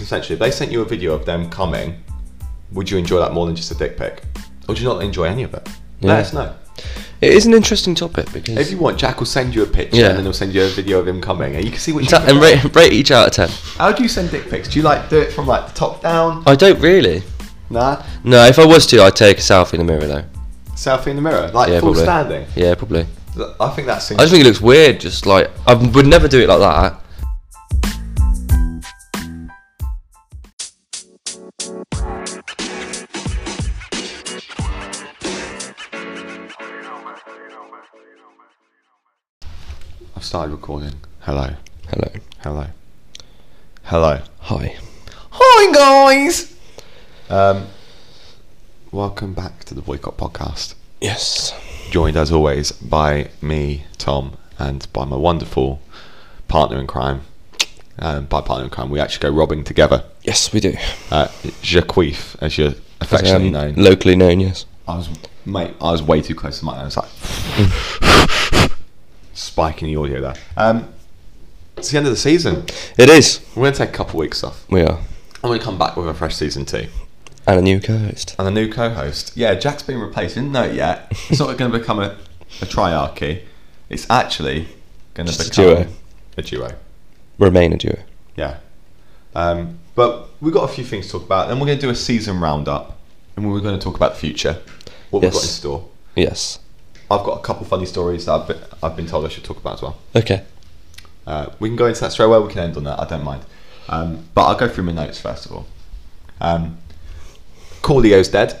essentially, if they sent you a video of them coming, would you enjoy that more than just a dick pic? Or do you not enjoy any of it? Yeah. Let us know. It is an interesting topic because If you want, Jack will send you a picture Yeah. and then he'll send you a video of him coming and you can see what you Ta- and rate, rate each out of ten. How do you send dick pics? Do you like do it from like the top down? I don't really. Nah. No, if I was to, I'd take a selfie in the mirror though. Selfie in the mirror, like Yeah, full probably. standing. Yeah, probably. I think that's. I just think it looks weird. Just like I would never do it like that. I've started recording. Hello. Hello. Hello. Hello. Hi. Hi guys. Um, welcome back to the Boycott Podcast. Yes. Joined as always by me, Tom, and by my wonderful partner in crime. Um, by partner in crime, we actually go robbing together. Yes, we do. Uh, Jacqueef, as you're affectionately Um, known. Locally known, yes. I was, mate, I was way too close to my. I was like, spiking the audio there. Um, it's the end of the season. It is. We're gonna take a couple weeks off. We are. I'm gonna come back with a fresh season two And a new co-host. and a new co-host. Yeah, Jack's been replaced. Didn't know it yet. It's not gonna become a, a triarchy. It's actually gonna Just a become duo. A duo. Remain a duo. Yeah. Um, but we've got a few things to talk about. Then we're gonna do a season roundup, and we're gonna talk about the future, what we've got Yes. in store. Yes. I've got a couple funny stories that I've been, I've been told I should talk about as well. Okay. Uh, we can go into that straight away. We can end on that. I don't mind. Um, but I'll go through my notes first of all. Um, Corleo's dead.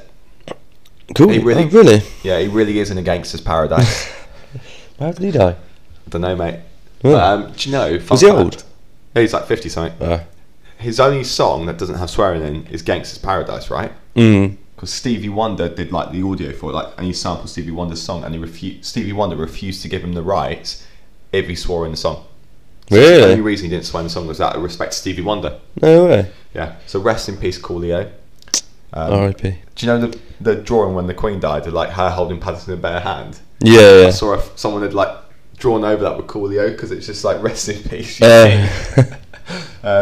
Cool. Hey, really? Oh, really? Yeah, he really is in a gangster's paradise. How did he die? I don't know, mate. Yeah. But, um, do you know? fun Was he fact- old? Yeah, he's like fifty something. Uh, His only song that doesn't have swearing in is "Gangster's Paradise," right? mm. Because Stevie Wonder did like the audio for it, like, and he sampled Stevie Wonder's song, and he refused. Stevie Wonder refused to give him the rights if he swore in the song. The only Really? reason he didn't swear in the song was out of respect to Stevie Wonder. No way. Yeah. So rest in peace, Coolio. Um, R.I.P. Do you know the the drawing when the Queen died, of like her holding Patterson in bare hand? Yeah, I yeah. saw if someone had like drawn over that with Coolio because it's just like rest in peace. you know? Uh,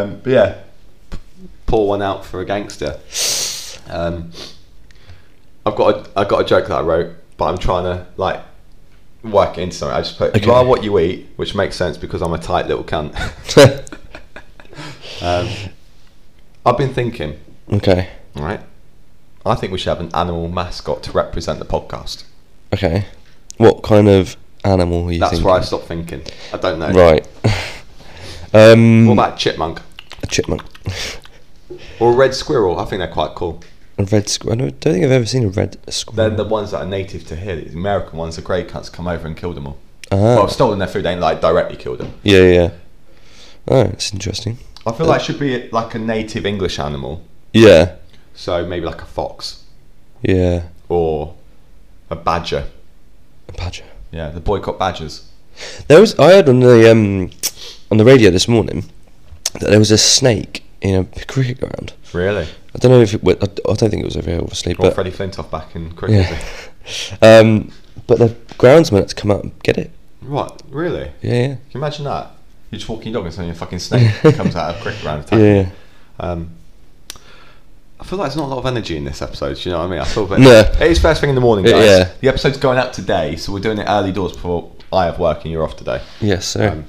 um, but yeah, p- pour one out for a gangster. Um, I've got a, I've got a joke that I wrote, but I'm trying to like work it into something. I just put Okay. you are what you eat, which makes sense because I'm a tight little cunt. Uh, um, I've been thinking. okay. All right. I think we should have an animal mascot to represent the podcast. Okay. What kind of animal are you That's thinking? where I stopped thinking. I don't know. Right. um, What about chipmunk a chipmunk? or a red squirrel? I think they're quite cool. A red squirrel? I don't think I've ever seen a red squirrel. Then the ones that are native to here, the American ones, the grey cunts come over and kill them all. Ah. Well, I've stolen their food. They ain't like directly killed them. yeah, yeah, yeah. Oh, it's interesting. I feel like it should be like a native English animal. Yeah, So maybe like a fox yeah. or a badger. A badger. Yeah, the boycott badgers. There was. I heard on the um, on the radio this morning that there was a snake in a cricket ground. Really? I don't know if it. wa- I I don't think it was over here, obviously. Or But Freddie Flintoff back in cricket. yeah. um, but the groundsman had to come out and get it. What? Really? Yeah, Can you imagine that? You're just walking your dog and suddenly a fucking snake comes out of a cricket round yeah, attack. yeah. Um, I feel like there's not a lot of energy in this episode. Do you know what I mean? I feel a bit. No. It is first thing in the morning, Yeah, guys. yeah. The episode's going out today, so we're doing it early doors before I have work and you're off today. Yes, sir. Um,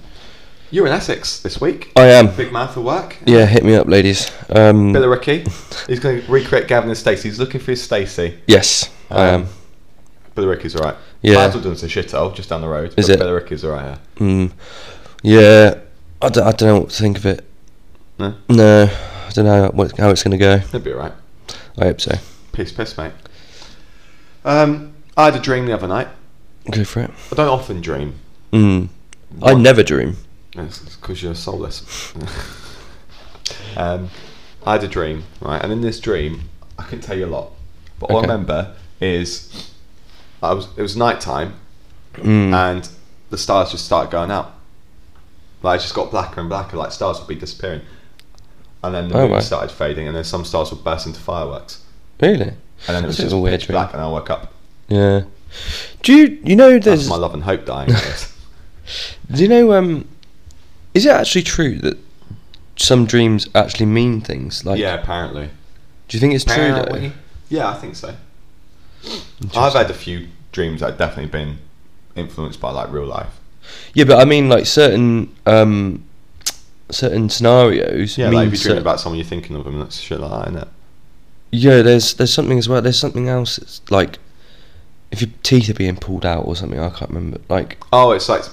you're in Essex this week. I am. Big man for work. Yeah, hit me up, ladies. Um, Billericay. He's going to recreate Gavin and Stacey. He's looking for his Stacey. yes, I Um, am. Billericay's all right. Yeah. Basildon's a shithole just down the road. Is but it? Billericay's all right. Mm. Yeah, I don't, I don't know what to think of it. No? No, I don't know what, how it's going to go. It'll be all right. I hope so. Piss, piss, mate. Um, I had a dream the other night. Go for it. I don't often dream. Mm. I never dream. because you're soulless. um, I had a dream, right? And in this dream, I couldn't tell you a lot, but all I Okay. remember is I was it was nighttime Mm. and the stars just started going out. Like it just got blacker and blacker. Like stars would be disappearing, and then the Oh, moon right. started fading, and then some stars would burst into fireworks, Really? and then it was That's a bit just of a weird pitch dream. black, and I woke up. Yeah. Do you you know That's there's my love and hope dying. I guess. do you know um is it actually true that some dreams actually mean things. Like, yeah, apparently. do you think it's true? Though? Apparently. Yeah, I think so. I've had a few dreams that have definitely been influenced by like real life. Yeah, but I mean, like certain um, certain scenarios. Yeah, mean like if you're dreaming cer- about someone, you're thinking of them, and that's shit like that, isn't it? Yeah, there's there's something as well. There's something else. It's like if your teeth are being pulled out or something. I can't remember. Like Oh, it's like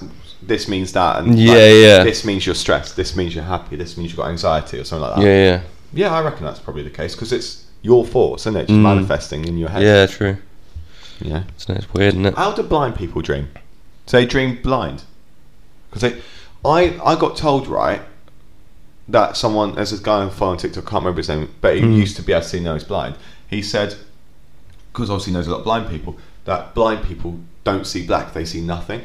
this means that, and like, Yeah, yeah. this means you're stressed, this means you're happy, this means you've got anxiety or something like that. yeah, yeah, Yeah, I reckon that's probably the case because it's your thoughts, isn't it? Just Mm. manifesting in your head. yeah. True. Yeah. So it's weird, isn't it? How do blind people dream? Do they dream blind? Because I, I got told right that someone there's this guy on follow on TikTok. I can't remember his name, but he Mm. used to be able to see now he's blind. He said because obviously he knows a lot of blind people that blind people don't see black; they see nothing.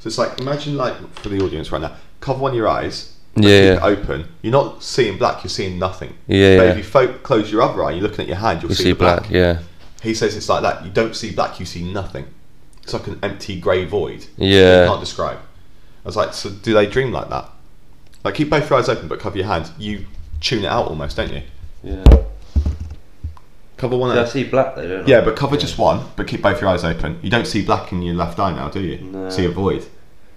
So it's like imagine like for the audience right now, cover one of your eyes. but Yeah, keep yeah. it Open. You're not seeing black. You're seeing nothing. Yeah, But yeah. if you fo- close your other eye, you're looking at your hand. You'll You see, see the black. black. Yeah, He says it's like that. You don't see black, you see nothing. It's like an empty grey void. Yeah. You can't describe. I was like, so do they dream like that? Like, keep both your eyes open, but cover your hand. You tune it out almost, don't you? yeah. Cover one eye. see black though, don't Yeah, but cover just one, but keep both your eyes open. You don't see black in your left eye now, do you? No. See a void.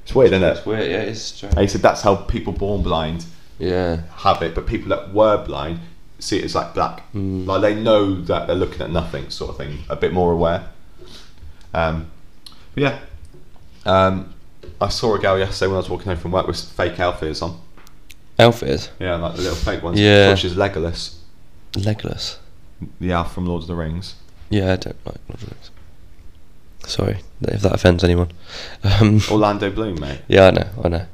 It's weird, isn't it? weird. Yeah, it's strange. And he said that's how people born blind Yeah, have it, but people that were blind see it as like black. Like they know that they're looking at nothing, sort of thing. A bit more aware. Um, but yeah, um, I saw a girl yesterday when I was walking home from work with fake elf ears on. elf is Yeah, like the little fake ones. Yeah. Which is Legolas, legless. the elf from Lord of the Rings. Yeah, I don't like Lord of the Rings. Sorry if that offends anyone. Um, Orlando Bloom, mate. yeah, I know, I know.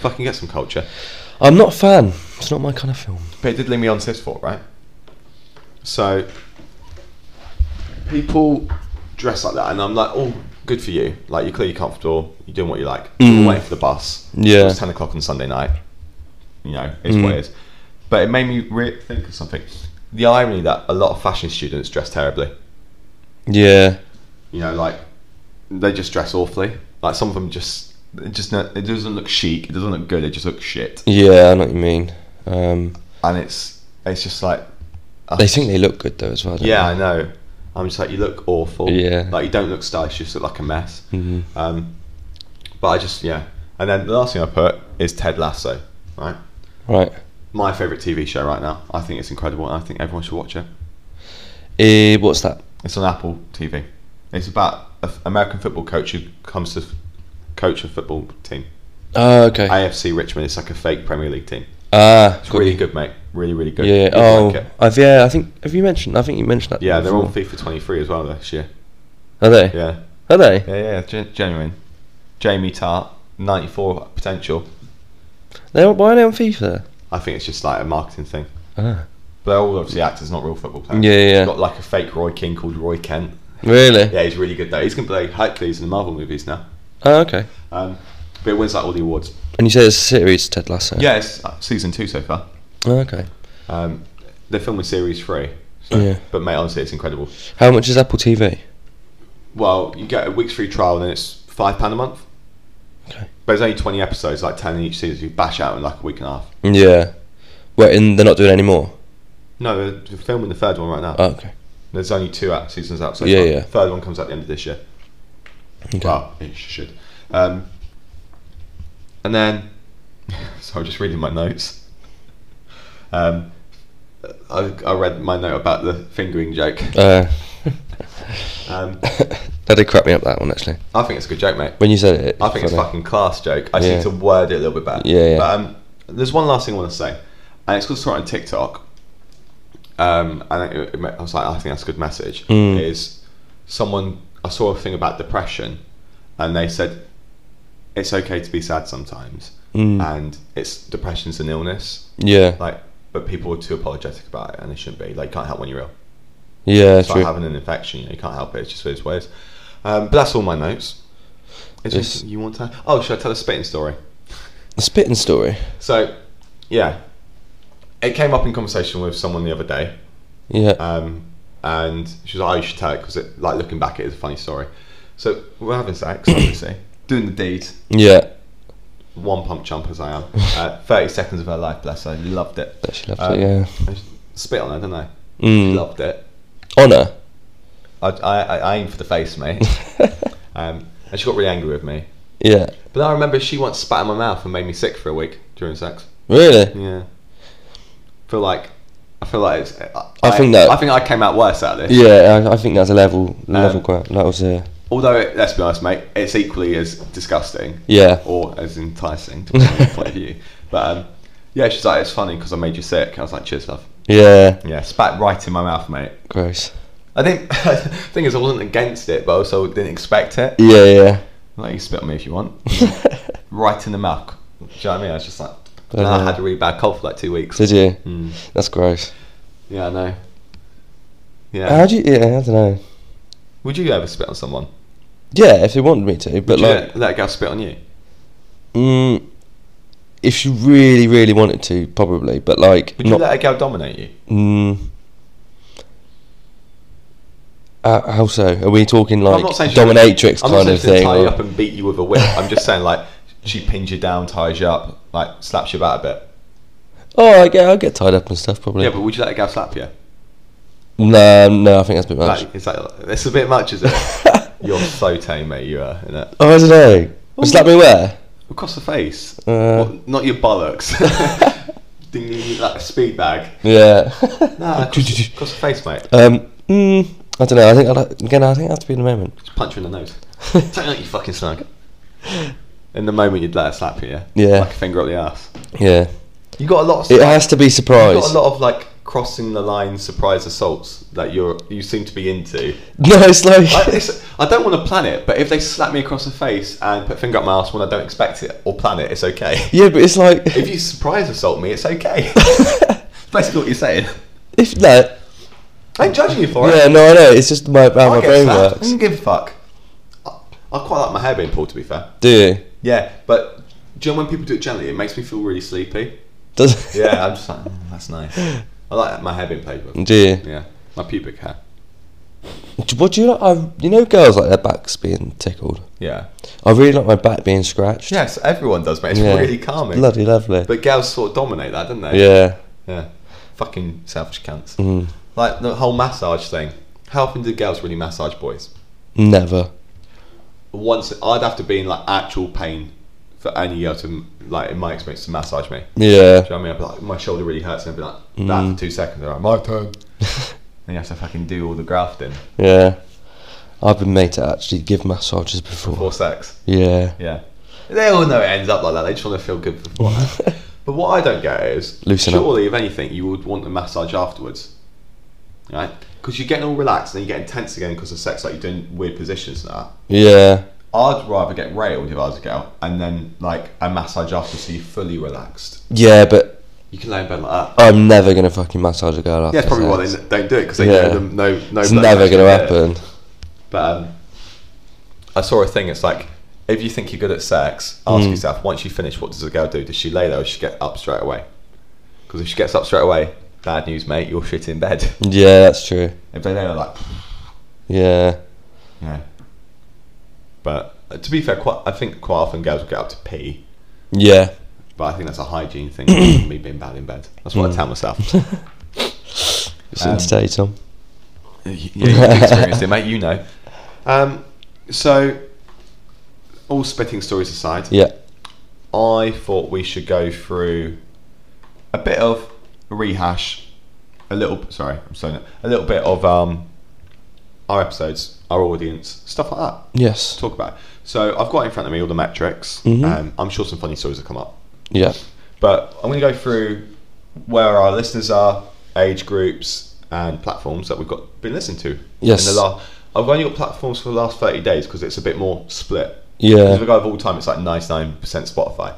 Fucking get some culture. I'm not a fan. It's not my kind of film. But it did lead me on to this thought, right? So people dress like that, and I'm like, oh, good for you. Like you're clearly comfortable. You're doing what you like. Mm. You're waiting for the bus. Yeah. Mm. It's ten o'clock on Sunday night. You know, it's what it is. But it made me re- think of something. The irony that a lot of fashion students dress terribly. Yeah, You know, like they just dress awfully. Like some of them just. It just no- it doesn't look chic. It doesn't look good. It just looks shit, yeah, I know what you mean. Um, and it's it's just like they think they look good though as well. Don't Yeah, I know. I'm just like, you look awful. Yeah. Like, you don't look stylish, you just look like a mess. Mhm. Um, but I just, yeah. And then the last thing I put is Ted Lasso, right? they? Right. My favourite TV show right now. I think it's incredible and I think everyone should watch it. Eh, what's that? It's on Apple TV. It's about an American football coach who comes to f- coach a football team. Oh, okay. AFC Richmond, it's like a fake Premier League team. Ah, It's got really you. good, mate. Really, really good. Yeah. You'd Oh, like it. I've, yeah. I think have you mentioned? I think you mentioned that. Yeah, they're before. on FIFA 23 as well this year. Are they? Yeah. Are they? Yeah, yeah, gen- genuine. Jamie Tart, 94 potential. They are, why are they on FIFA? I think it's just like a marketing thing. Ah, But they're all obviously actors, not real football players. Yeah, yeah, yeah. He's got like a fake Roy King called Roy Kent. really? Yeah, he's really good though. He's going to play Hercules in the Marvel movies now. Oh, okay. Um, but it wins like all the awards. And you say it's a series, Ted Lasso. Yeah, it's uh, season two so far. Oh, okay. Um, they're filming series three. So, Yeah. But mate, honestly, it's incredible. How much is Apple TV? Well, you get a week's free trial and then it's £5 a month. Okay. But there's only 20 episodes, like 10 in each season. You bash out in like a week and a half. Yeah. Well, and they're not doing any more. No, they're they're filming the third one right now. Oh, okay. There's only two out, seasons out so Yeah, far. yeah. Third one comes out the end of this year. Okay. Well, it should. Um, and then, so I'm just reading my notes. Um, I, I read my note about the fingering joke. Uh, Um, that did crack me up. That one actually. I think it's a good joke, mate. When you said it, I think it's a funny. fucking class joke. I just Yeah. need to word it a little bit better. Yeah, yeah. But um, there's one last thing I want to say, and it's because I saw it on TikTok. Um, and it, it, ma- I was like, "Oh, I think that's a good message. Mm. Is someone I saw a thing about depression, and they said it's okay to be sad sometimes, Mm. and it's depression's an illness. Yeah. Like, but people are too apologetic about it, and they shouldn't be. Like, you can't help when you're ill. Yeah. It's like True. having an infection. You, know, you can't help it. It's just what it is. Um, but that's all my notes. Is there Yes. anything you want to? Oh, should I tell a spitting story? The spitting story. So, yeah, it came up in conversation with someone the other day, Yeah. um, and she was like, "Oh, you should tell it because, it, like, looking back, it is a funny story." So we're having sex, obviously, doing the deed, yeah. one pump chump as I am. Uh, Thirty seconds of her life, bless her. Loved it. Bet she loved Um, it, yeah. I just spit on her, didn't I? Mm. Loved it. Honor. I, I, I aimed for the face, mate. um, and she got really angry with me. yeah. But I remember she once spat in my mouth and made me sick for a week during sex. Really? Yeah. feel like I feel like it's. I, I think that- I think I came out worse out of this. Yeah, I, I think that's a level Um, level gra- that was a Although it, let's be honest, mate, it's equally as disgusting yeah. or as enticing, depending on your point of view. But um, yeah, she's like, it's funny because I made you sick. I was like, cheers, love. Yeah. Yeah, spat right in my mouth, mate. Gross. I think the thing is, I wasn't against it, but I also didn't expect it. Yeah, Like, you spit on me if you want. yeah. right in the mouth. Do you know what I mean? I was just like, and I had a really bad cold for like two weeks. Did you? Mm. That's gross. Yeah, I know. Yeah. How do you? Yeah, I don't know. Would you ever spit on someone? Yeah, if they wanted me to, Would but you like, let- let a girl spit on you? mm, if she really, really wanted to, probably. But like, Would you not. let a girl dominate you? mm, uh, how so? Are we talking like she- dominatrix I'm not kind saying of she'll thing? Tie you or- up and beat you with a whip. I'm just saying, like, she pins you down, ties you up, like, slaps you about a bit. Oh, I get, I get tied up and stuff probably. Yeah, but would you let a girl slap you? no, no, I think that's a bit much. Like, it's like, it's a bit much, is it? You're so tame, mate. You are, innit? oh, I don't know. Slap me where? Across the face. Uh. What- not your bollocks. Ding ding, ding, like a speed bag. Yeah. Uh, Nah, across, across the face, mate. um, mm, I don't know. I think I'd, again, I think I have to be in the moment. Just punch her in the nose. Take out you fucking snug. In the moment you'd let her slap you, yeah? Yeah. Like a finger up the ass. Yeah. You got a lot of It has to be you surprise. got a lot of like crossing the line surprise assaults that you're you seem to be into. No, it's like I, it's, I don't want to plan it, but if they slap me across the face and put finger up my ass when I don't expect it or plan it, it's okay. yeah, but it's like If you surprise assault me, it's okay. That's basically what you're saying. if that. I ain't judging you for it. Yeah, no, I know. It's just my, how I my get brain slapped. I works. don't give a fuck. I, I quite like my hair being pulled, to be fair. Do you? Yeah, but do you know when people do it gently, it makes me feel really sleepy. Does Yeah, I'm just like, "Mm, that's nice. I like my hair being played with. do you? Yeah, my pubic hair. Do- What do you like? I, you know, girls like their backs being tickled. Yeah. I really like my back being scratched. Yes, everyone does, mate. It's Yeah. really calming. Bloody lovely. But gals sort of dominate that, don't they? yeah. Yeah. Fucking selfish cunts. Mm, Like the whole massage thing. How often do girls really massage boys? never. Once I'd have to be in like actual pain for any girl to like in my experience to massage me. Yeah. Do you know what I mean? I'd be like, my shoulder really hurts, and I'd be like, Mm. that for two seconds. They're like, my turn. and you have to fucking do all the grafting Yeah. I've been made to actually give massages before. before sex. Yeah. Yeah. They all know it ends up like that. They just want to feel good beforehand. but what I don't get is, Loosen up. surely, if anything, you would want a massage afterwards. Right? Because you're getting all relaxed and then you're getting tense again because of sex, like you're doing weird positions and that. Yeah. I'd rather get railed if I was a girl and then, like, a massage after so you're fully relaxed. Yeah, but You can lay in bed like that. I'm never gonna fucking massage a girl after. Yeah, it's probably why they sex. n- don't do it because they Yeah. know them, no, no. It's bloke never actually did gonna it. happen. But um, I saw a thing. It's like if you think you're good at sex, ask yourself once you finish, what does a girl do? Does she lay there or does she get up straight away? Because if she gets up straight away, bad news, mate. You're shit in bed. Yeah, that's true. If they lay there like, Yeah. yeah. But uh, to be fair, quite I think quite often girls will get up to pee. Yeah. But I think that's a hygiene thing. me being bad in bed. That's what I tell myself. It's in Um, today, Tom. yeah, you've experienced it, mate. You know. Um, so, all spitting stories aside, Yeah. I thought we should go through a bit of rehash, a little sorry, I'm saying it, a little bit of um, our episodes, our audience, stuff like that. Yes. Talk about. It. So I've got in front of me all the metrics. Mhm. Um, I'm sure some funny stories will come up, Yeah. but I'm going to go through where our listeners are, age groups, and platforms that we've got been listening to. Yes. In the last, I've only got platforms for the last 30 days because it's a bit more split. Because Yeah. we go of all time, it's like 99% Spotify.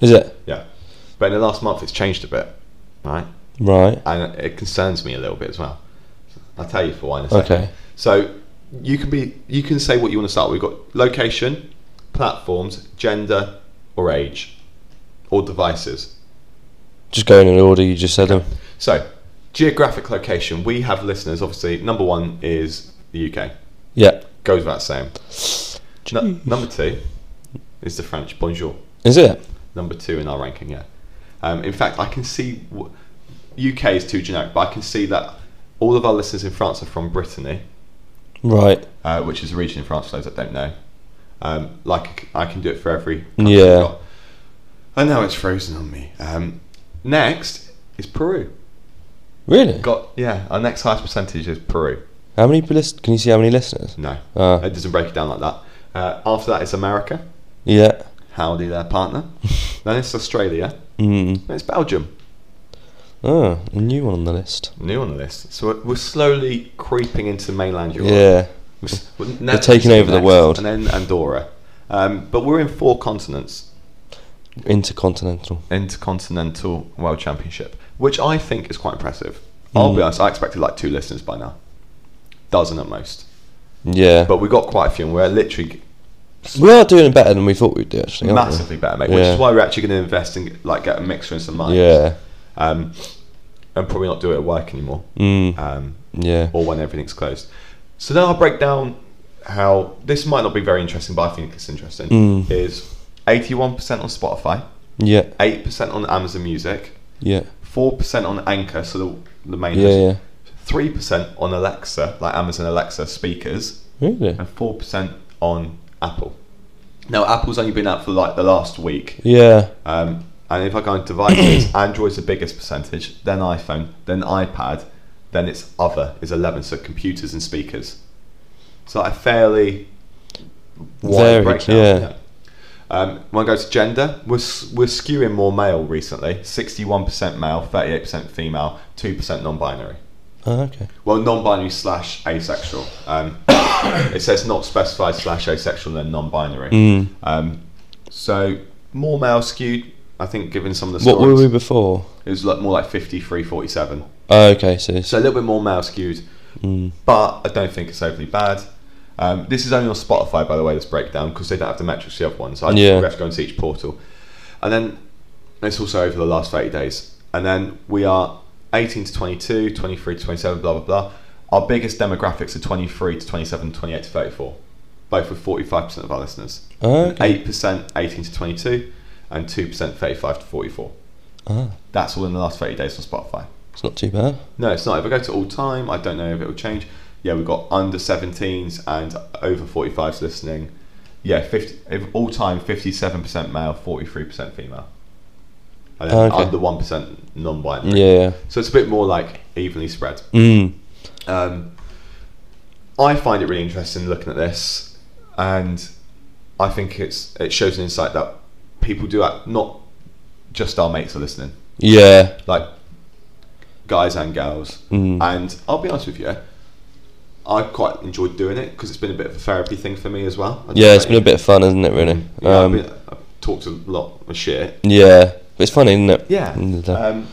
Is it? Yeah. But in the last month, it's changed a bit, right? Right. And it concerns me a little bit as well. I'll tell you for why in a second. Okay. So you can be, you can say what you want to start. with. We've got location, platforms, gender, or age, or devices. Just going in the order you just said them. So geographic location. We have listeners. Obviously, number one is the UK. Yeah. Goes without saying. Nu- number two is the French. Bonjour. Is it? number two in our ranking. Yeah. Um, in fact, I can see w- UK is too generic, but I can see that all of our listeners in France are from Brittany, Right. uh, which is a region in France. For those that don't know, um, like I can do it for every. Yeah. And now it's frozen on me. Um, next is Peru. Really? Got yeah. Our next highest percentage is Peru. How many list? Can you see how many listeners? No, Uh, it doesn't break it down like that. Uh, after that, it's America. yeah. Howdy there, partner. then it's Australia. Mm. Then it's Belgium. Oh, a new one on the list. new on the list. So we're- we're slowly creeping into mainland Europe. Yeah. We're s- we're They're taking over the world. And then Andorra. Um, but we're in four continents, Intercontinental. Intercontinental World Championship, which I think is quite impressive. I'll be Mm. honest, I expected like two listeners by now. Dozen at most. Yeah. But we got quite a few, and we're literally g- we are doing better than we thought we'd do, actually. aren't we? massively better, mate. Which Yeah. is why we're actually going to invest and like get a mixer and some mics. Yeah. Um, and probably not do it at work anymore. Mm. Um, Yeah. or when everything's closed. So now I'll break down how this might not be very interesting, but I think it's interesting. Mm. Is 81% on Spotify, Yeah. 8% on Amazon Music, Yeah. 4% 4% on Anchor, so the, the main Yeah. Yeah. 3% on Alexa, like Amazon Alexa speakers, Really? and 4% on Apple. Now, Apple's only been out for like the last week. Yeah. Um, and if I go into devices, Android's the biggest percentage, then iPhone, then iPad, then it's other is 11, so computers and speakers. So a fairly wide Varied, breakdown. yeah. Um, when I go to gender, we're, s- we're skewing more male recently 61% male, 38% female, 2% non binary. Oh, okay. Well, non binary slash asexual. Um, it says not specified slash asexual and non binary. Mm. Um, so more male skewed, I think, given some of the What were stories. we before? It was like more like 53, 47. Oh, okay. So. it's- So a little bit more male skewed, Mm. but I don't think it's overly bad. Um, this is only on Spotify, by the way, this breakdown, because they don't have the metrics the other one. So I Yeah. we have to go into each portal. And then it's also over the last 30 days. And then we are 18 to 22, 23 to 27, blah, blah, blah. Our biggest demographics are 23 to 27, 28 to 34, both with 45% of our listeners. Oh, And okay. 8% 18 to 22 and 2% 35 to 44 Ah, that's all in the last 30 days on spotify it's not too bad. no it's not if i go to all time i don't know if it will change yeah we've got under 17s and over 45s listening yeah 50 if all time 57% male 43% female and then Oh, okay. under 1% non-binary Yeah. so it's a bit more like evenly spread Mm. um, I find it really interesting looking at this, and I think it's it shows an insight that people do act, not just our mates are listening, Yeah. like guys and girls. Mm. And I'll be honest with you, I quite enjoyed doing it because it's been a bit of a therapy thing for me as well. I don't Yeah. know It's about been a you. bit of fun, isn't it? Really. Yeah, I've, um, been- I've talked a lot of shit. Yeah. But it's funny, isn't it? Yeah. Mm, the- Um,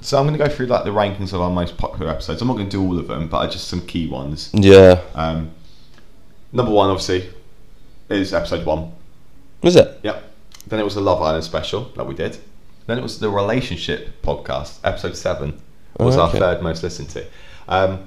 so I'm going to go through like the rankings of our most popular episodes. I'm not going to do all of them, but just some key ones. Yeah. Um, number one, obviously, is episode one. Was it? Yep. Then it was the Love Island special that we did. Then it was the relationship podcast, episode seven, was Oh, our okay. third most listened to. Um,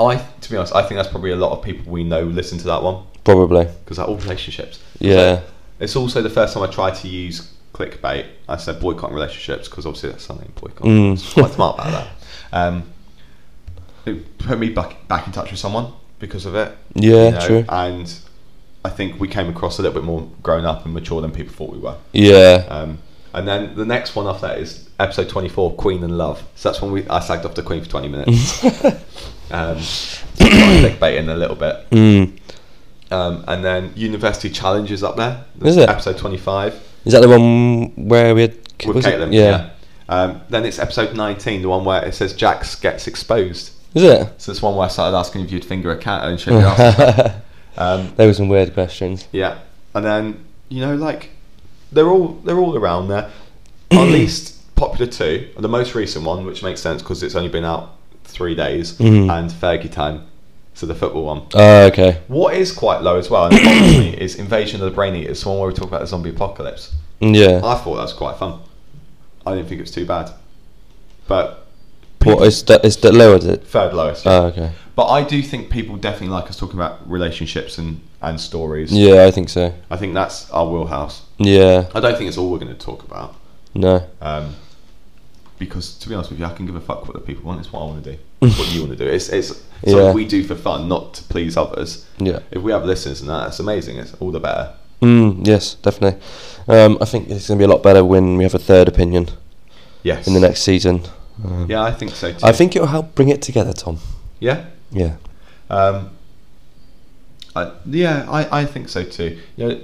I, to be honest, I think that's probably a lot of people we know listen to that one Probably. because they're all relationships. Yeah. It's also the first time I tried to use clickbait. I said boycott relationships because obviously that's something boycott. Mm. It's quite smart about that. Um, it put me back back in touch with someone because of it Yeah. you know, True. And I think we came across a little bit more grown up and mature than people thought we were. Yeah. Um, and then the next one after that is episode 24, Queen and Love. So that's when we I sagged off the Queen for 20 minutes. um, clickbaiting a little bit. Mm. Um, and then University Challenge is up there. Is it? Episode 25 Is that the one where we had? with was it? Caitlin. Yeah. Um, then it's episode 19, the one where it says Jax gets exposed. Is it? So it's one where I started asking if you'd finger a cat and shit your ass. Um, There were some weird questions. Yeah, and then you know, like they're all they're all around there. Our least popular two, the most recent one, which makes sense because it's only been out three days, Mhm. and Fergie time, so the football one. Oh, okay. What is quite low as well, and obviously, is Invasion of the Brain Eaters, the one where we talk about the zombie apocalypse. Mm, Yeah. I thought that was quite fun. I didn't think it was too bad, but people- What is that? Is that lower? Is it? third lowest. yeah. Oh, okay. But I do think people definitely like us talking about relationships and, and stories. Yeah, I think so. I think that's our wheelhouse. Yeah. I don't think it's all we're going to talk about. No. Um, because to be honest with you, I can give a fuck what the people want. It's what I want to do. It's what you want to do. It's it's something Yeah. we do for fun, not to please others. Yeah. If we have listeners and that, that's amazing. It's all the better. Mm, yes, definitely. Um, I think it's going to be a lot better when we have a third opinion Yes. in the next season. Um, Yeah, I think so too. I think it'll help bring it together, Tom. Yeah. Yeah. Um, I, yeah, I, I think so too. You know,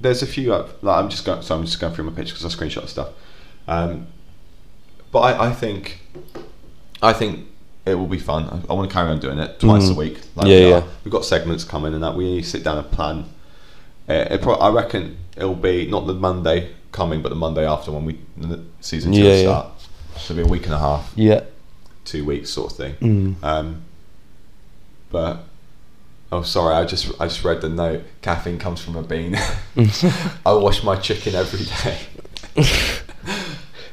there's a few. Up, like I'm just going. So I'm just going through my pictures because I screenshot stuff. Um, but I, I think, I think it will be fun. I, I want to carry on doing it twice a Mhm. week. Yeah, we are. yeah. We've got segments coming and that. We need to sit down and plan. Uh, it prob- I reckon it'll be not the Monday coming, but the Monday after when we the season two Yeah, will yeah. start. So it'll be a week and a half, Yeah. two weeks sort of thing. Mm. Um, but oh, sorry, I just I just read the note. Caffeine comes from a bean. I wash my chicken every day.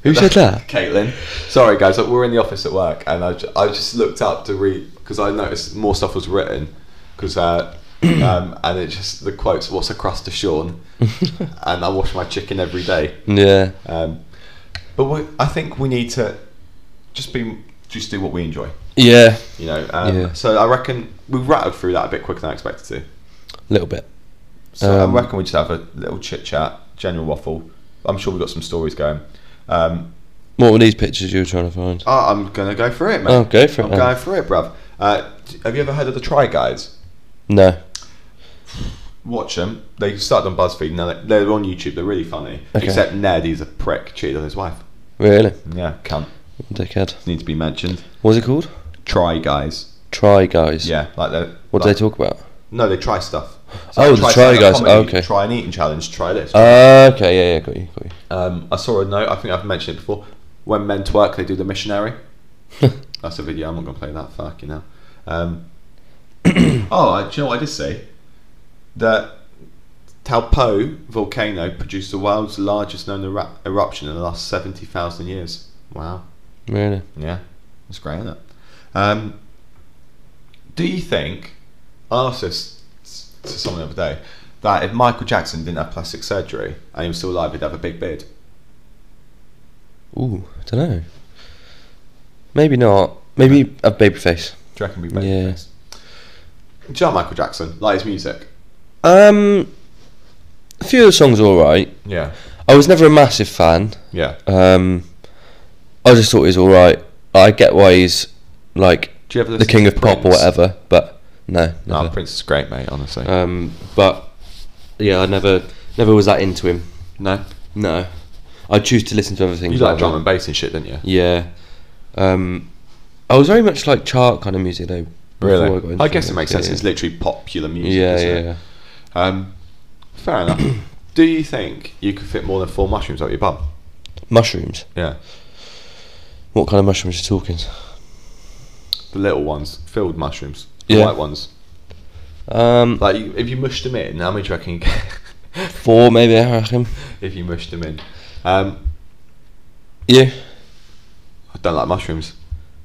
Who said that? Caitlin. Sorry, guys, like, we're in the office at work, and I, ju- I just looked up to read because I noticed more stuff was written because. Uh, um, and it just the quotes what's a crust to Sean and I wash my chicken every day Yeah. um, but we, I think we need to just be just do what we enjoy Yeah. you know. Um, Yeah. So I reckon we rattled through that a bit quicker than I expected to. A little bit. So Um, I reckon we just have a little chit chat, general waffle. I'm sure we've got some stories going. Um, What were these pictures you were trying to find? oh, I'm gonna go for it, mate. Oh, go for it I'm then. going for it, bruv. Uh, d- have you ever heard of the Try Guys? No. Watch them. They started on BuzzFeed. Now they- they're on YouTube. They're really funny. Okay. Except Ned, he's a prick, cheated on his wife. Really? Yeah, cunt. Dickhead. Need to be mentioned. What's it called? Try Guys. Try Guys. Yeah, like they. What do like, they talk about? No, they try stuff. like Oh, the Try stand-up Guys, comedy, okay. Try an eating challenge. Try this. Uh, okay. Yeah. Yeah. Got you. Got you. Um, I saw a note. I think I've mentioned it before. When men twerk, they do the missionary. That's a video. I'm not gonna play that. Fuck you know. Um, oh, I, do you know what I did see? That Taupo volcano produced the world's largest known eru- eruption in the last seventy thousand years. Wow. Really? Yeah, that's great, isn't it? Um, do you think? I asked this s- to someone the other day that if Michael Jackson didn't have plastic surgery and he was still alive, he'd have a big beard. Ooh. I don't know. Maybe not. Maybe a baby face. Do you reckon we Yeah. Babyface? Do you like Michael Jackson? Like his music? Um. A few of the songs are alright. Yeah. I was never a massive fan. Yeah. Um, I just thought he was all right. I get why he's like Do you ever the listen king to of pop or Prince? whatever, but no, No, never. Prince is great, mate. Honestly. Um, but yeah, I never, never was that into him. no. No, I choose to listen to other You things. like that. drum and bass and shit, didn't you? Yeah. Um, I was very much like chart kind of music though. before I, got Really? into I, guess it makes sense. Yeah, It's literally popular music. yeah, isn't yeah. It? Um, fair enough. Do you think you could fit more than four mushrooms up your bum? Mushrooms. Yeah. What kind of mushrooms are you talking? The little ones, filled mushrooms, the Yeah. white ones. Um, Like you, if you mushed them in, how many do you reckon? You get four maybe. I reckon. if you mushed them in, um, Yeah. I don't like mushrooms.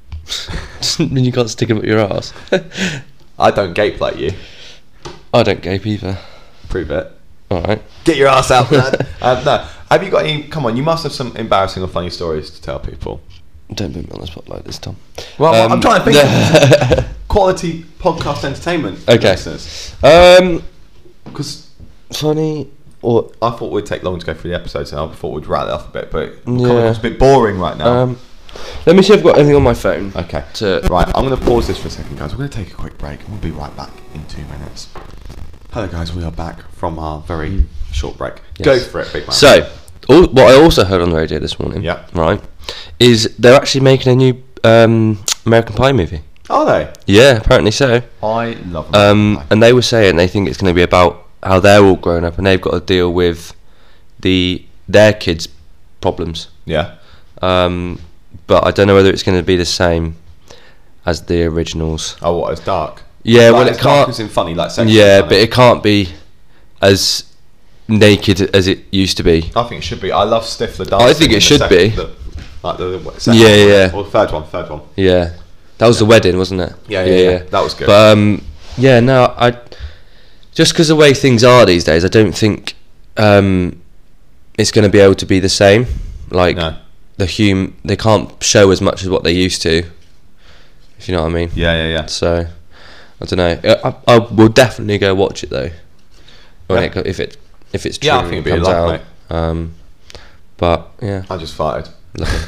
Doesn't mean you can't stick them up your ass. I don't gape like you. I don't gape either. Prove it. All right. Get your ass out, lad. um, no, have you got any? Come on, you must have some embarrassing or funny stories to tell people. Don't put me on the spot like this, Tom. Well, I'm- Um, I'm trying to think. Quality podcast entertainment. Okay. um, Because funny or I thought we'd take long to go through the episode, so I thought we'd rattle it off a bit, but it's coming Yeah. across a bit boring right now. um, let me see if I've got anything on my phone. okay. to- Uh, Right, I'm going to pause this for a second, guys. We're going to take a quick break, and we'll be right back in two minutes. Hello, guys. We are back from our very short break. Go Yes. for it, big man. So, all, what I also heard on the radio this morning, Yeah. right, is they're actually making a new um, American Pie movie. are they? Yeah, apparently so. I love them. Um, and they were saying they think it's going to be about how they're all grown up and they've got to deal with the their kids' problems. yeah. Um, but I don't know whether it's going to be the same as the originals. Oh, what? It's dark. Yeah, Like, well, it it's dark can't. as in funny, like sexy. Yeah, funny. but it can't be as naked as it used to be. I think it should be. I love Stifler dancing. I think in it the should second- be. the- Like the, the second Yeah, one, yeah. Or the third one, third one. Yeah, that was the wedding, wasn't it? Yeah, yeah, yeah. That was good. But um, yeah, no, I just because the way things are these days, I don't think um, it's going to be able to be the same. Like no. the hum, they can't show as much as what they used to. If you know what I mean. Yeah, yeah, yeah. So I don't know. I, I, I will definitely go watch it though. When Yeah. it co- if it if it's true, Yeah, I think and it'd it be a comes lot, out. mate. Um, but yeah, I just farted. lovely.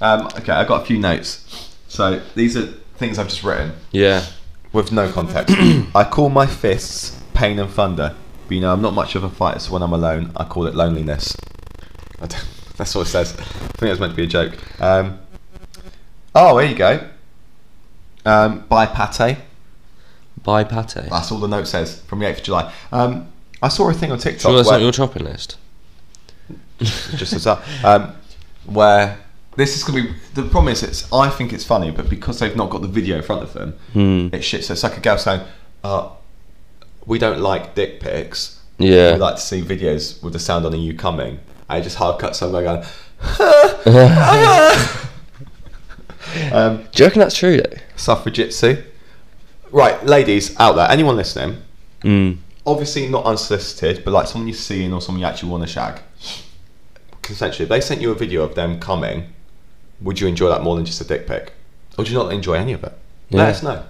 Um, okay, I've got a few notes. So these are things I've just written yeah. with no context. I call my fists pain and thunder. But you know, I'm not much of a fighter, so when I'm alone, I call it loneliness. I don't- that's what it says. I think it was meant to be a joke. Um, oh, here you go. Um, by Pate. Buy pate. That's all the note says from the 8th of July. Um, I saw a thing on TikTok. Sure, that's where- not your chopping list. just as that. Um, where this is gonna be the problem is it's I think it's funny, but because they've not got the video in front of them, it shit. So it's like a girl saying, uh, "We don't like dick pics. Yeah. We like to see videos with the sound on and you coming." I just hard cut somewhere going. um, Do you reckon that's true though? suffragitsu. Right, ladies out there, anyone listening, Mm. obviously not unsolicited, but like someone you're seeing or someone you actually want to shag. Consensually, if they sent you a video of them coming, would you enjoy that more than just a dick pic? Or do you not enjoy any of it? Yeah. Let us know.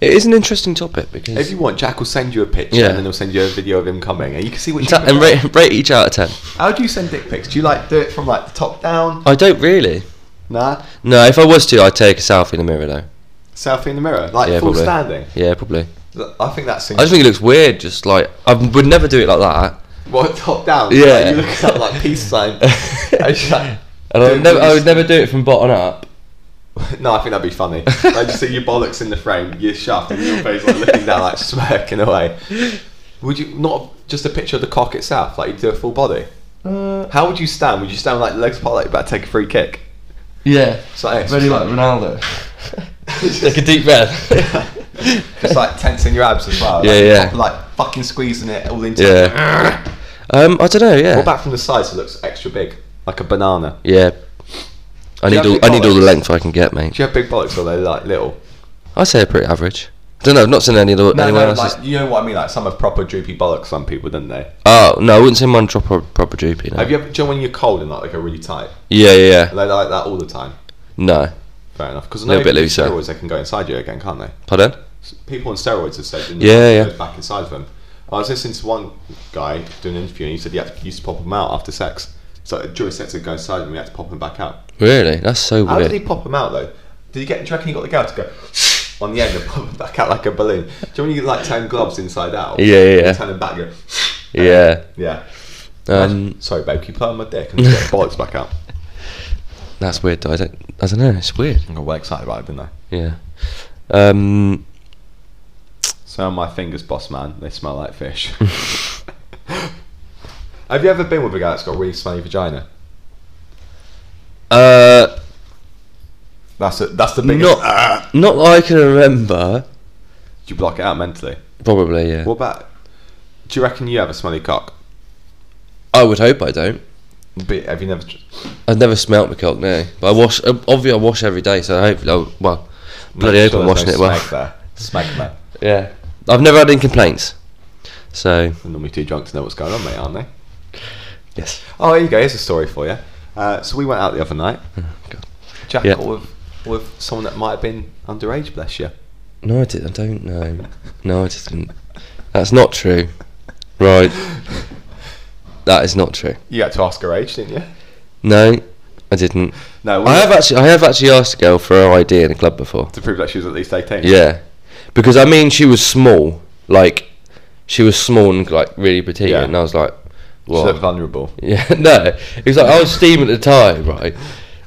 It is an interesting topic because If you want, Jack will send you a picture Yeah. and then he'll send you a video of him coming and you can see what you Ta- and prefer. rate, rate each out of ten. How do you send dick pics? Do you like do it from like the top down? I don't really. Nah. No, if I was to, I'd take a selfie in the mirror though. Selfie in the mirror. Like Yeah, full probably. standing. Yeah, probably. I think that seems I just think it looks weird. Just like I would never do it like that. well, top down. Yeah. Like, you look up like peace sign. I just, like, And I would, do never, I these- would never do it from bottom up. No, I think that'd be funny. I just see your bollocks in the frame, you're shoved, and your face like looking down, like smirking away. Would you not just a picture of the cock itself, like you do a full body? How would you stand? Would you stand with, like legs apart, like you're about to take a free kick? yeah, So, yeah, it's really just like Ronaldo. Take a deep breath. just like tensing your abs as well. Yeah, like, yeah. proper, like fucking squeezing it all into. Yeah. um, I don't know. Yeah. What back from the sides? It looks extra big, like a banana. Yeah. I Do you need have all big I need all the bollocks? length I can get, mate. Do you have big bollocks or are they like little? I say they're pretty average. I don't know. I've not seen any of the No, anyone no, else's. like you know what I mean. Like some have proper droopy bollocks. Some people, don't they? Oh no, I wouldn't say mine drop proper, proper droopy. No. Have you ever? Do you know when you're cold and like, like are really tight? yeah, yeah, yeah. They like that all the time. No, Fair enough. Because I They're know a bit people on looser. steroids, they can go inside you again, can't they? pardon. S- People on steroids have said, didn't Yeah, they, yeah. goes back inside of them. I was listening to one guy doing an interview, and he said he had to, used to pop them out after sex. So during sex, they'd go inside and we had to pop them back out. Really, that's so How weird. did he pop them out though? Did he get? Do you reckon he got the girl to go on the end and pop them back out like a balloon? Do you know when you like turn gloves inside out? Yeah, yeah, You yeah. Turn them back. You go, yeah. yeah. Um, Sorry, babe. Can you play on my dick and get the bollocks back out? that's weird though. I don't. I don't know. It's weird. I got well excited about it, didn't I? Yeah. Um, So my fingers, boss man, they smell like fish. Have you ever been with a guy that's got a really smelly vagina? uh, That's a, that's the biggest. not Ah. not that I can remember. Do you block it out mentally? Probably yeah. What about? Do you reckon you have a smelly cock? I would hope I don't. Be- Have you never? tr- I've never smelt my cock now, but I wash. Obviously, I wash every day, so hopefully, I'll, well, bloody Make hope I'm sure there's washing no it well. Smeg there. Smeg man. Yeah. I've never had any complaints. So They're normally too drunk to know what's going on, mate, aren't they? yes. Oh, here you go. Here's a story for you. Uh, so we went out the other night. God. Jack Yeah. got with with someone that might have been underage. Bless you. No, I did. I don't know. No, I didn't. That's not true. Right. That is not true. You had to ask her age, didn't you? No, I didn't. No. we- I have actually. I have actually asked a girl for her ID in a club before. to prove that she was at least eighteen. Yeah, because I mean, she was small. Like, she was small and like really petite, Yeah. and I was like, She's "What?" vulnerable. Yeah, no. It was like I was steam at the time, right?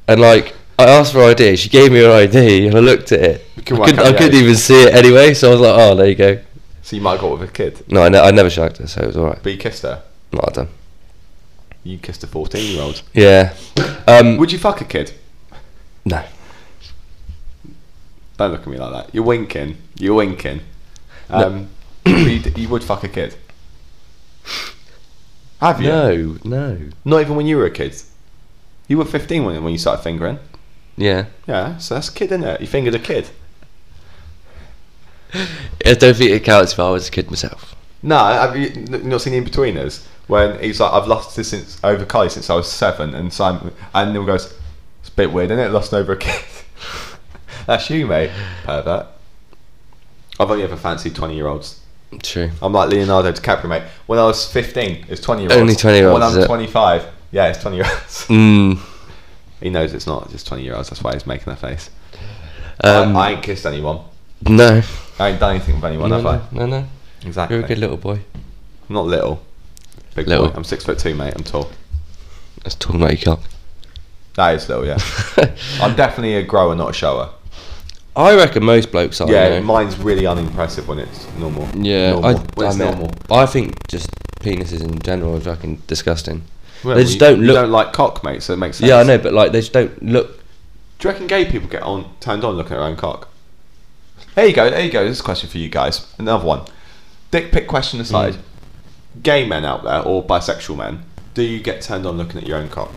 And like I asked for her ID, she gave me her ID, and I looked at it. I can work couldn't, out I the couldn't age. even see it anyway, so I was like, "Oh, there you go." So you might have got with a kid, No, I, ne- I never shagged her, so it was all right. but you kissed her. Not done. You kissed a fourteen-year-old. Yeah. Um. Would you fuck a kid? No. Don't look at me like that. You're winking. You're winking. Um, but you, d- you would fuck a kid. Have you? No. No. Not even when you were a kid. You were 15 when, when you started fingering. Yeah. Yeah, so that's a kid, isn't it? You fingered a kid. I don't think it counts if I was a kid myself. No, have you n- not seen In Betweeners? When he's like, I've lost this since over Kylie since I was seven, and Simon and Neil goes, It's a bit weird, isn't it? Lost over a kid. That's you, mate. Pervert. I've only ever fancied 20 year olds. True. I'm like Leonardo DiCaprio, mate. When I was 15, it's 20 year olds. Only 20 year olds, When is I'm it? 25, yeah, it's 20 year olds. Mm. he knows it's not just 20 year olds, that's why he's making that face. Um, I, I ain't kissed anyone. no. I ain't done anything with anyone, no, have I? no, no, no. Exactly. You're a good little boy. I'm not little. Big Little. boy. I'm six foot two, mate. I'm tall. I was talking about your That is little, yeah. cock. I'm definitely a grower, not a shower. I reckon most blokes are. yeah, you know. mine's really unimpressive when it's normal. Oh, Yeah, normal. I, when I, it's mean, normal. I think just penises in general are fucking disgusting. Well, they just you- don't you look- don't like cock, mate. So it makes sense. Yeah, I know, but like they just don't look. Do you reckon gay people get on turned on looking at their own cock? There you go. There you go. This is a question for you guys. Another one. Dick pic question aside, Mm. gay men out there or bisexual men, do you get turned on looking at your own cock?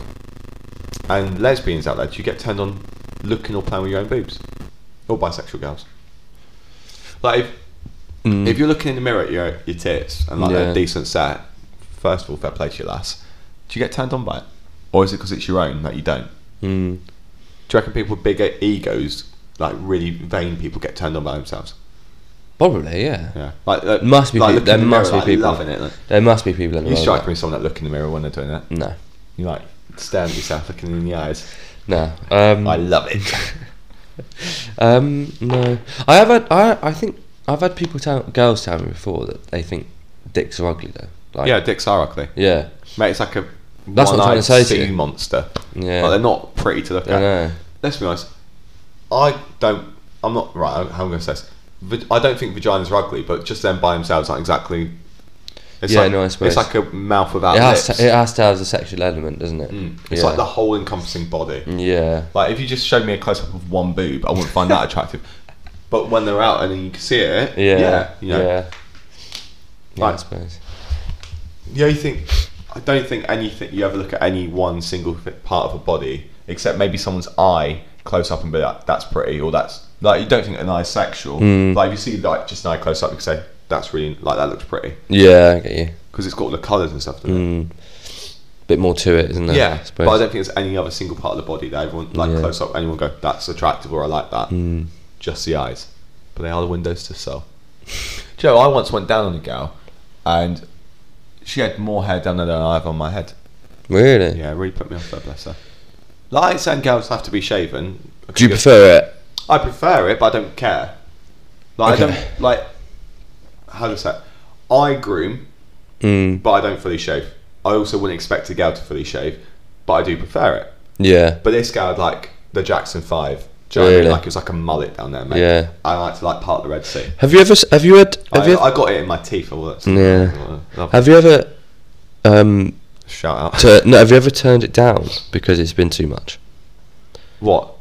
And lesbians out there, do you get turned on looking or playing with your own boobs? Or bisexual girls? Like, if, Mm. if you're looking in the mirror at your, your tits and like Yeah. a decent set, first of all, fair play to your lass. Do you get turned on by it, or is it because it's your own that you don't? Mm. Do you reckon people with bigger egos, like really vain people, get turned on by themselves? Probably, yeah. Yeah, like, like Must be like peop- looking there in the must mirror, be people. like, loving it. Like, There must be people in the you world strike that- me as someone that look in the mirror when they're doing that. No, You like staring at yourself, looking in the eyes. no. Um, I love it. um, no. I have had. I, I think I've had people tell girls tell me before that they think dicks are ugly though. Like, yeah, dicks are ugly, Yeah. mate. It's like a That's what I'm trying to one-eyed say to sea you. monster. Yeah. Like, Oh, they're not pretty to look I at. know. let's be honest. I don't. I'm not right. I'm, how I'm going to say this. Vag- I don't think vaginas are ugly, but just them by themselves aren't exactly. It's Yeah, like, no, I suppose. It's like a mouth without It has, lips. to, it has to have a sexual element, doesn't it? Mm. It's yeah. Mm. like the whole encompassing body. Yeah. Like if you just showed me a close up of one boob, I wouldn't find that attractive. But when they're out and then you can see it, Yeah. yeah, you know. yeah. Yeah, I Like- suppose. The only thing, I don't think anything you ever look at any one single fi- part of a body, except maybe someone's eye close up and be like, "That's pretty," or "That's like." You don't think an eye's sexual. Hmm. Like if you see like just an eye close up, you can say, "That's really like that looks pretty," Yeah, I get you. because it's got all the colours and stuff. doesn't it? Mm. Bit more to it, isn't there? Yeah, Hmm, I suppose. but I don't think it's any other single part of the body that everyone like Yeah. close up. Anyone go, "That's attractive," or "I like that." Mm. just the eyes, but they are the windows to sell. Joe, I once went down on a gal, and she had more hair down there than I have on my head. Really? Yeah, it really put me off. God bless her. Like and girls have to be shaven. Do you prefer it? I prefer it, but I don't care. Like I Okay. don't like. How does that? I groom, Mm. but I don't fully shave. I also wouldn't expect a girl to fully shave, but I do prefer it. Yeah. But this guy had like the Jackson Five. Do you know what I mean? Really? Like it was like a mullet down there, mate. Yeah. I like to like part of the Red Sea. Have you ever? s- Have you had? Have I, you? I got it in my teeth. All that. Yeah. Love- have you ever? Um. Shout out. tu- no. Have you ever turned it down because it's been too much? what?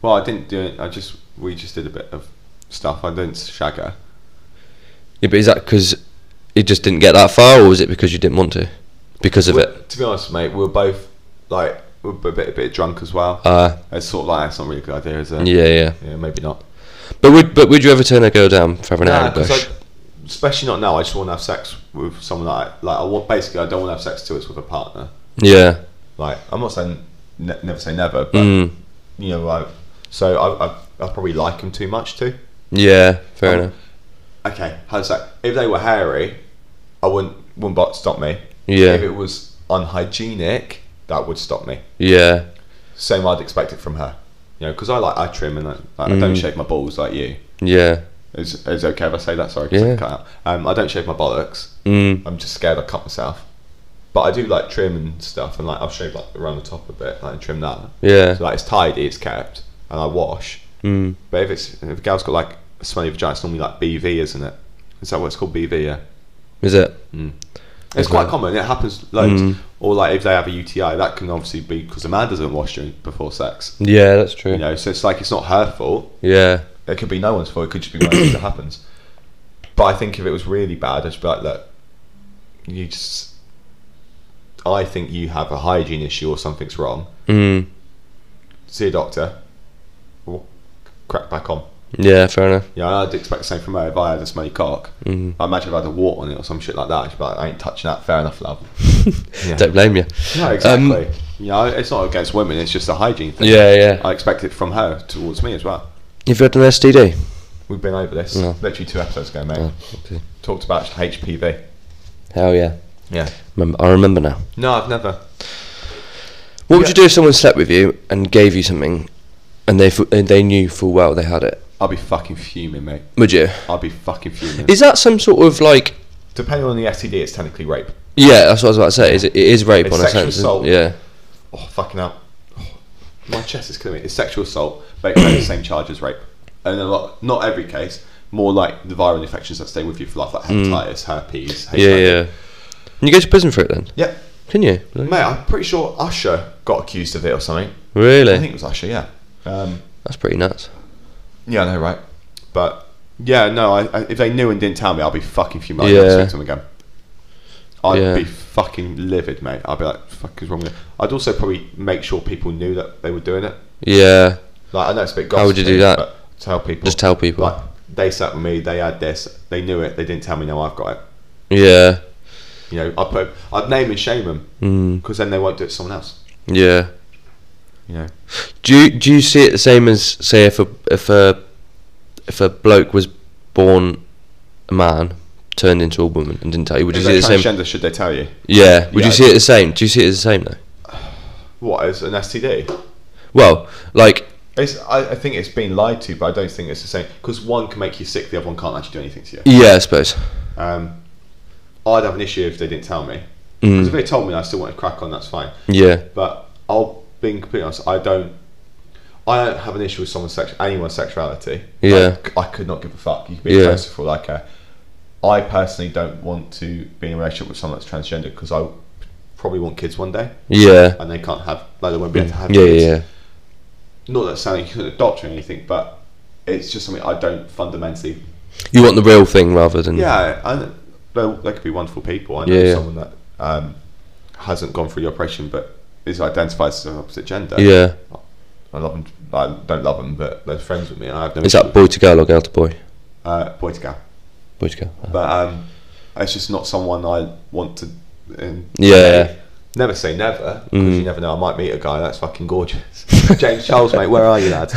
Well, I didn't do it. I just we just did a bit of stuff. I didn't shag her. Yeah, but is that because it just didn't get that far, or was it because you didn't want to? Because of We- it. To be honest, mate, we were both like we were a bit a bit drunk as well. Uh it's sort of like that's not really a good idea, is it? yeah, yeah. Yeah, maybe not. But would but would you ever turn a girl down for having an Nah, hour 'cause bush? I, especially not now. I just want to have sex with someone that I like. I want basically. I don't want to have sex till it's with a partner. Yeah. Like I'm not saying ne- never say never, but Mm. you know, I, so I, I I probably like him too much too. Yeah. Fair Um, enough. okay, how's that? If they were hairy, I wouldn't wouldn't bo- stop me. Yeah. If it was unhygienic, that would stop me. Yeah. Same, I'd expect it from her. You know, because I like I trim and I, like, I Mm. don't shave my balls like you. Yeah. Is is it okay if I say that? Sorry, 'cause I Yeah. cut out. Um, I don't shave my bollocks. Mm. I'm just scared I cut myself. But I do like trim and stuff, and like I've shaved like around the top a bit, like and trim that. Yeah. So like it's tidy, it's kept, and I wash. Mm. But if it's if a gal's got like a smelly vagina, it's normally like BV, isn't it? Is that what it's called? BV, yeah. Is it? It's Okay. quite common. It happens loads. Mm. Or like if they have a UTI, that can obviously be because a man doesn't wash during before sex. Yeah, that's true. You know, so it's like it's not her fault. Yeah. It could be no one's fault. It could just be one of those that happens. But I think if it was really bad, I'd just be like, look, you just. I think you have a hygiene issue or something's wrong. Mm. See a doctor. We'll crack back on. Yeah, fair enough. Yeah, I'd expect the same from her. If I had a smelly cock, Mm. I imagine if I had a wart on it or some shit like that, she'd be like, I ain't touching that. Fair enough, love. Yeah. Don't blame you. No, Um, exactly. you know, it's not against women. It's just a hygiene thing. yeah, yeah. I expect it from her towards me as well. You've had an STD? We've been over this Yeah. literally two episodes ago, mate. Oh, okay. Talked about HPV. Hell yeah. Yeah. Remem- I remember now. No, I've never. What Yeah. would you do if someone slept with you and gave you something, and they fu- and they knew full well they had it? I'll be fucking fuming, mate. Would you? I'll be fucking fuming. Is that some sort of like? Depending on the STD, it's technically rape. Yeah, that's what I was about to say. Is it, it is rape It's on a sexual sense? assault. Isn't it? Yeah. Oh, fucking hell. Oh, my chest is killing me. It's sexual assault, but it's the same charge as rape. And a lot, not every case, more like the viral infections that stay with you for life, like hepatitis, herpes, HIV. Mm. Yeah, yeah. And you go to prison for it then? Yep. Can you? Mate, I'm pretty sure Usher got accused of it or something. I Really? think it was Usher, yeah. Um, That's pretty nuts. Yeah, I know, right? But yeah, no. I, I, if they knew and didn't tell me, I'd be fucking fuming. I'd Yeah. yeah. them again. I'd Yeah. be fucking livid, mate. I'd be like, "Fuck is wrong with you?" I'd also probably make sure people knew that they were doing it. Yeah. Like, I know it's a bit. How would you do gossipy, that? but Tell people. Just tell people. Like, they sat with me. They had this. They knew it. They didn't tell me. Now I've got it. Yeah. You know, I put. I'd name and shame them Mm, because then they won't do it to someone else. yeah. You know. Do you, do you see it the same as say if a if a if a bloke was born a man turned into a woman and didn't tell you? Would you If see it they're the same? transgender, should they tell you Yeah. Would Yeah. you see it the same? Do you see it as the same though? what is an STD? Well, like It's, I, I think it's been lied to, but I don't think it's the same because one can make you sick, the other one can't actually do anything to you. yeah, I suppose. Um, I'd have an issue if they didn't tell me. 'Cause if Mm, they told me, and I still want to crack on. That's fine. yeah. But I'll being completely honest. I don't. I don't have an issue with someone's sex, anyone's sexuality. Yeah. I, I could not give a fuck. You could be Yeah. a for like a. I personally don't want to be in a relationship with someone that's transgender because I probably want kids one day, Yeah. and they can't have like they won't be able to have Yeah. kids Yeah. not that sounding you couldn't adopt or anything, but it's just something I don't fundamentally. You want the real thing rather than Yeah, and they, they could be wonderful people. I know Yeah, yeah. someone that um, hasn't gone through the operation, but is identified as the opposite gender. Yeah. I love them. I don't love them, but they're friends with me, and I have no. Is issue that boy to girl or girl to boy? with- uh, boy to girl? Boy to girl. But um, it's just not someone I want to. In, Yeah. Never say never because Mm. you never know. I might meet a guy that's fucking gorgeous. James Charles, mate, where are you, lad?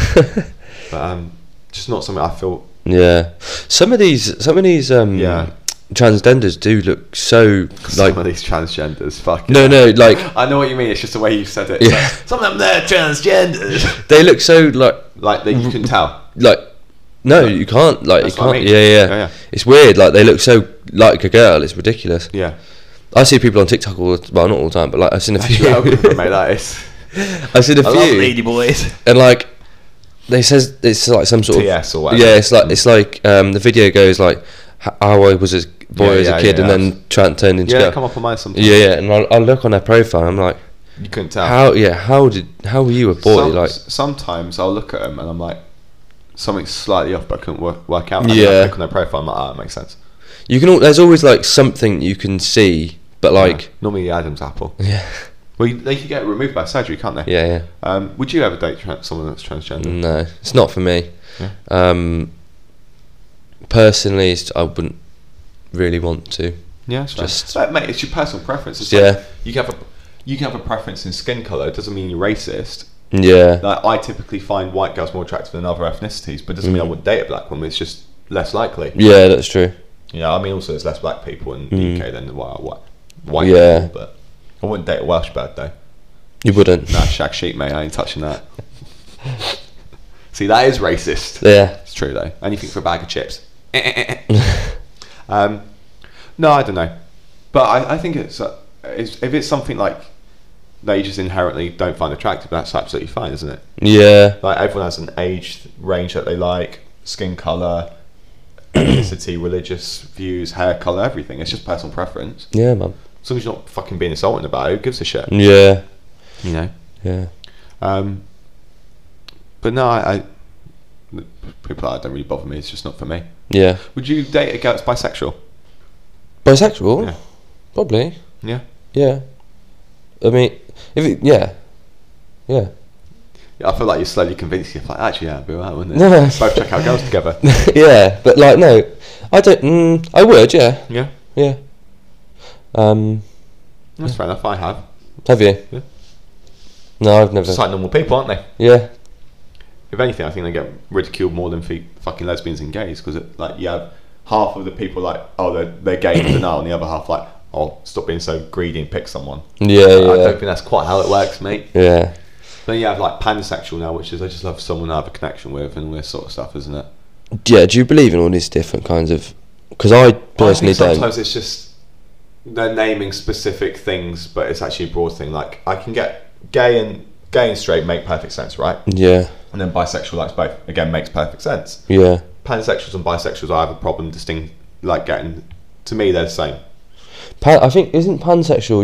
But um, just not something I feel. Yeah. Some of these, some of these, um, Yeah. transgenders do look so Some like. of these transgenders, fucking. No, no, like I know what you mean. It's just the way you said it. Yeah. Some of them they're transgenders. they look so like like that you can tell. like. No, you can't. Like That's you what I can't. mean. Yeah, yeah, Yeah, yeah. It's weird. Like they look so like a girl. It's ridiculous. Yeah. I see people on TikTok all the, well, not all the time, but like I've seen a That's few. your algorithm, mate. That is. I've seen a I few, love lady boys. and like they says it's like some sort of TS or whatever. Yeah, it's like it's like um, the video goes like h- how I was a boy Yeah, as yeah, a kid yeah, and then tran turned into Yeah, they girl. come up on mine sometimes. Yeah, yeah, and I, I look on their profile. I'm like, You couldn't tell. how? Yeah, how did? How were you a boy? Oh. Some- like, sometimes I'll look at them and I'm like, something's slightly off, but I couldn't work, work out. And then Yeah. I click on their profile. I'm like, ah, that makes sense. you can. al- There's always like something you can see, but Yeah. like, normally the Adam's apple. yeah, Well, you- they can get removed by surgery, can't they? yeah, Mm. yeah. Um, would you ever date tran someone that's transgender? No, it's not for me. Yeah. Um, personally, it's- I wouldn't really want to. Yeah, it's Just- just mate, it's your personal preference. It's Yeah. like you can have a you can have a preference in skin color. It doesn't mean you're racist. Yeah, Like I typically find white girls more attractive than other ethnicities, but it doesn't mean I Mm. would date a black woman. It's just less likely. yeah, that's true. You know, I mean, also there's less black people in Mm. the UK than the white white, white Yeah. people. But I wouldn't date a Welsh bird though. You wouldn't. Nah, shag sheep, mate. I ain't touching that. See, that is racist. Yeah. It's true though. Anything for a bag of chips. um, no, I don't know, but I, I think it's, uh, it's if it's something like they just inherently don't find attractive, that's absolutely fine, isn't it? Yeah. Like everyone has an age range that they like, skin color, ethnicity, religious views, hair color, everything. It's just personal preference. Yeah, man. As long as you're not fucking being insulting about it, who gives a shit? Yeah. You know. Yeah. Um, but no, I, I people like that don't really bother me. It's just not for me. Yeah. Would you date a girl that's bisexual? Bisexual? Yeah. Probably. Yeah. Yeah. I mean, if it, yeah, yeah. Yeah, I feel like you're slowly convincing yourself, like, actually, yeah, it'd be alright, wouldn't it? No, no. Both check out girls together. yeah, but like no, I don't. Mm, I would, yeah, yeah, yeah. Um, that's fair enough. I have. have you? Yeah. No, I've never. Just like normal people, aren't they? yeah, If anything, I think they get ridiculed more than fe- fucking lesbians and gays because, like, you have half of the people like, oh, they're, they're gay and denial, and the other half like, oh, stop being so greedy and pick someone. yeah, I yeah, don't think that's quite how it works, mate. yeah. Then you have like pansexual now, which is I just love someone I have a connection with and all this sort of stuff, isn't it? Yeah. Do you believe in all these different kinds of? Because I personally I think don't. sometimes it's just they're naming specific things, but it's actually a broad thing. Like I can get gay and gay and straight make perfect sense, right? Yeah, And then bisexual likes both again makes perfect sense. yeah, Pansexuals and bisexuals, I have a problem distinct like getting. To me, they're the same. Pan, I think isn't pansexual your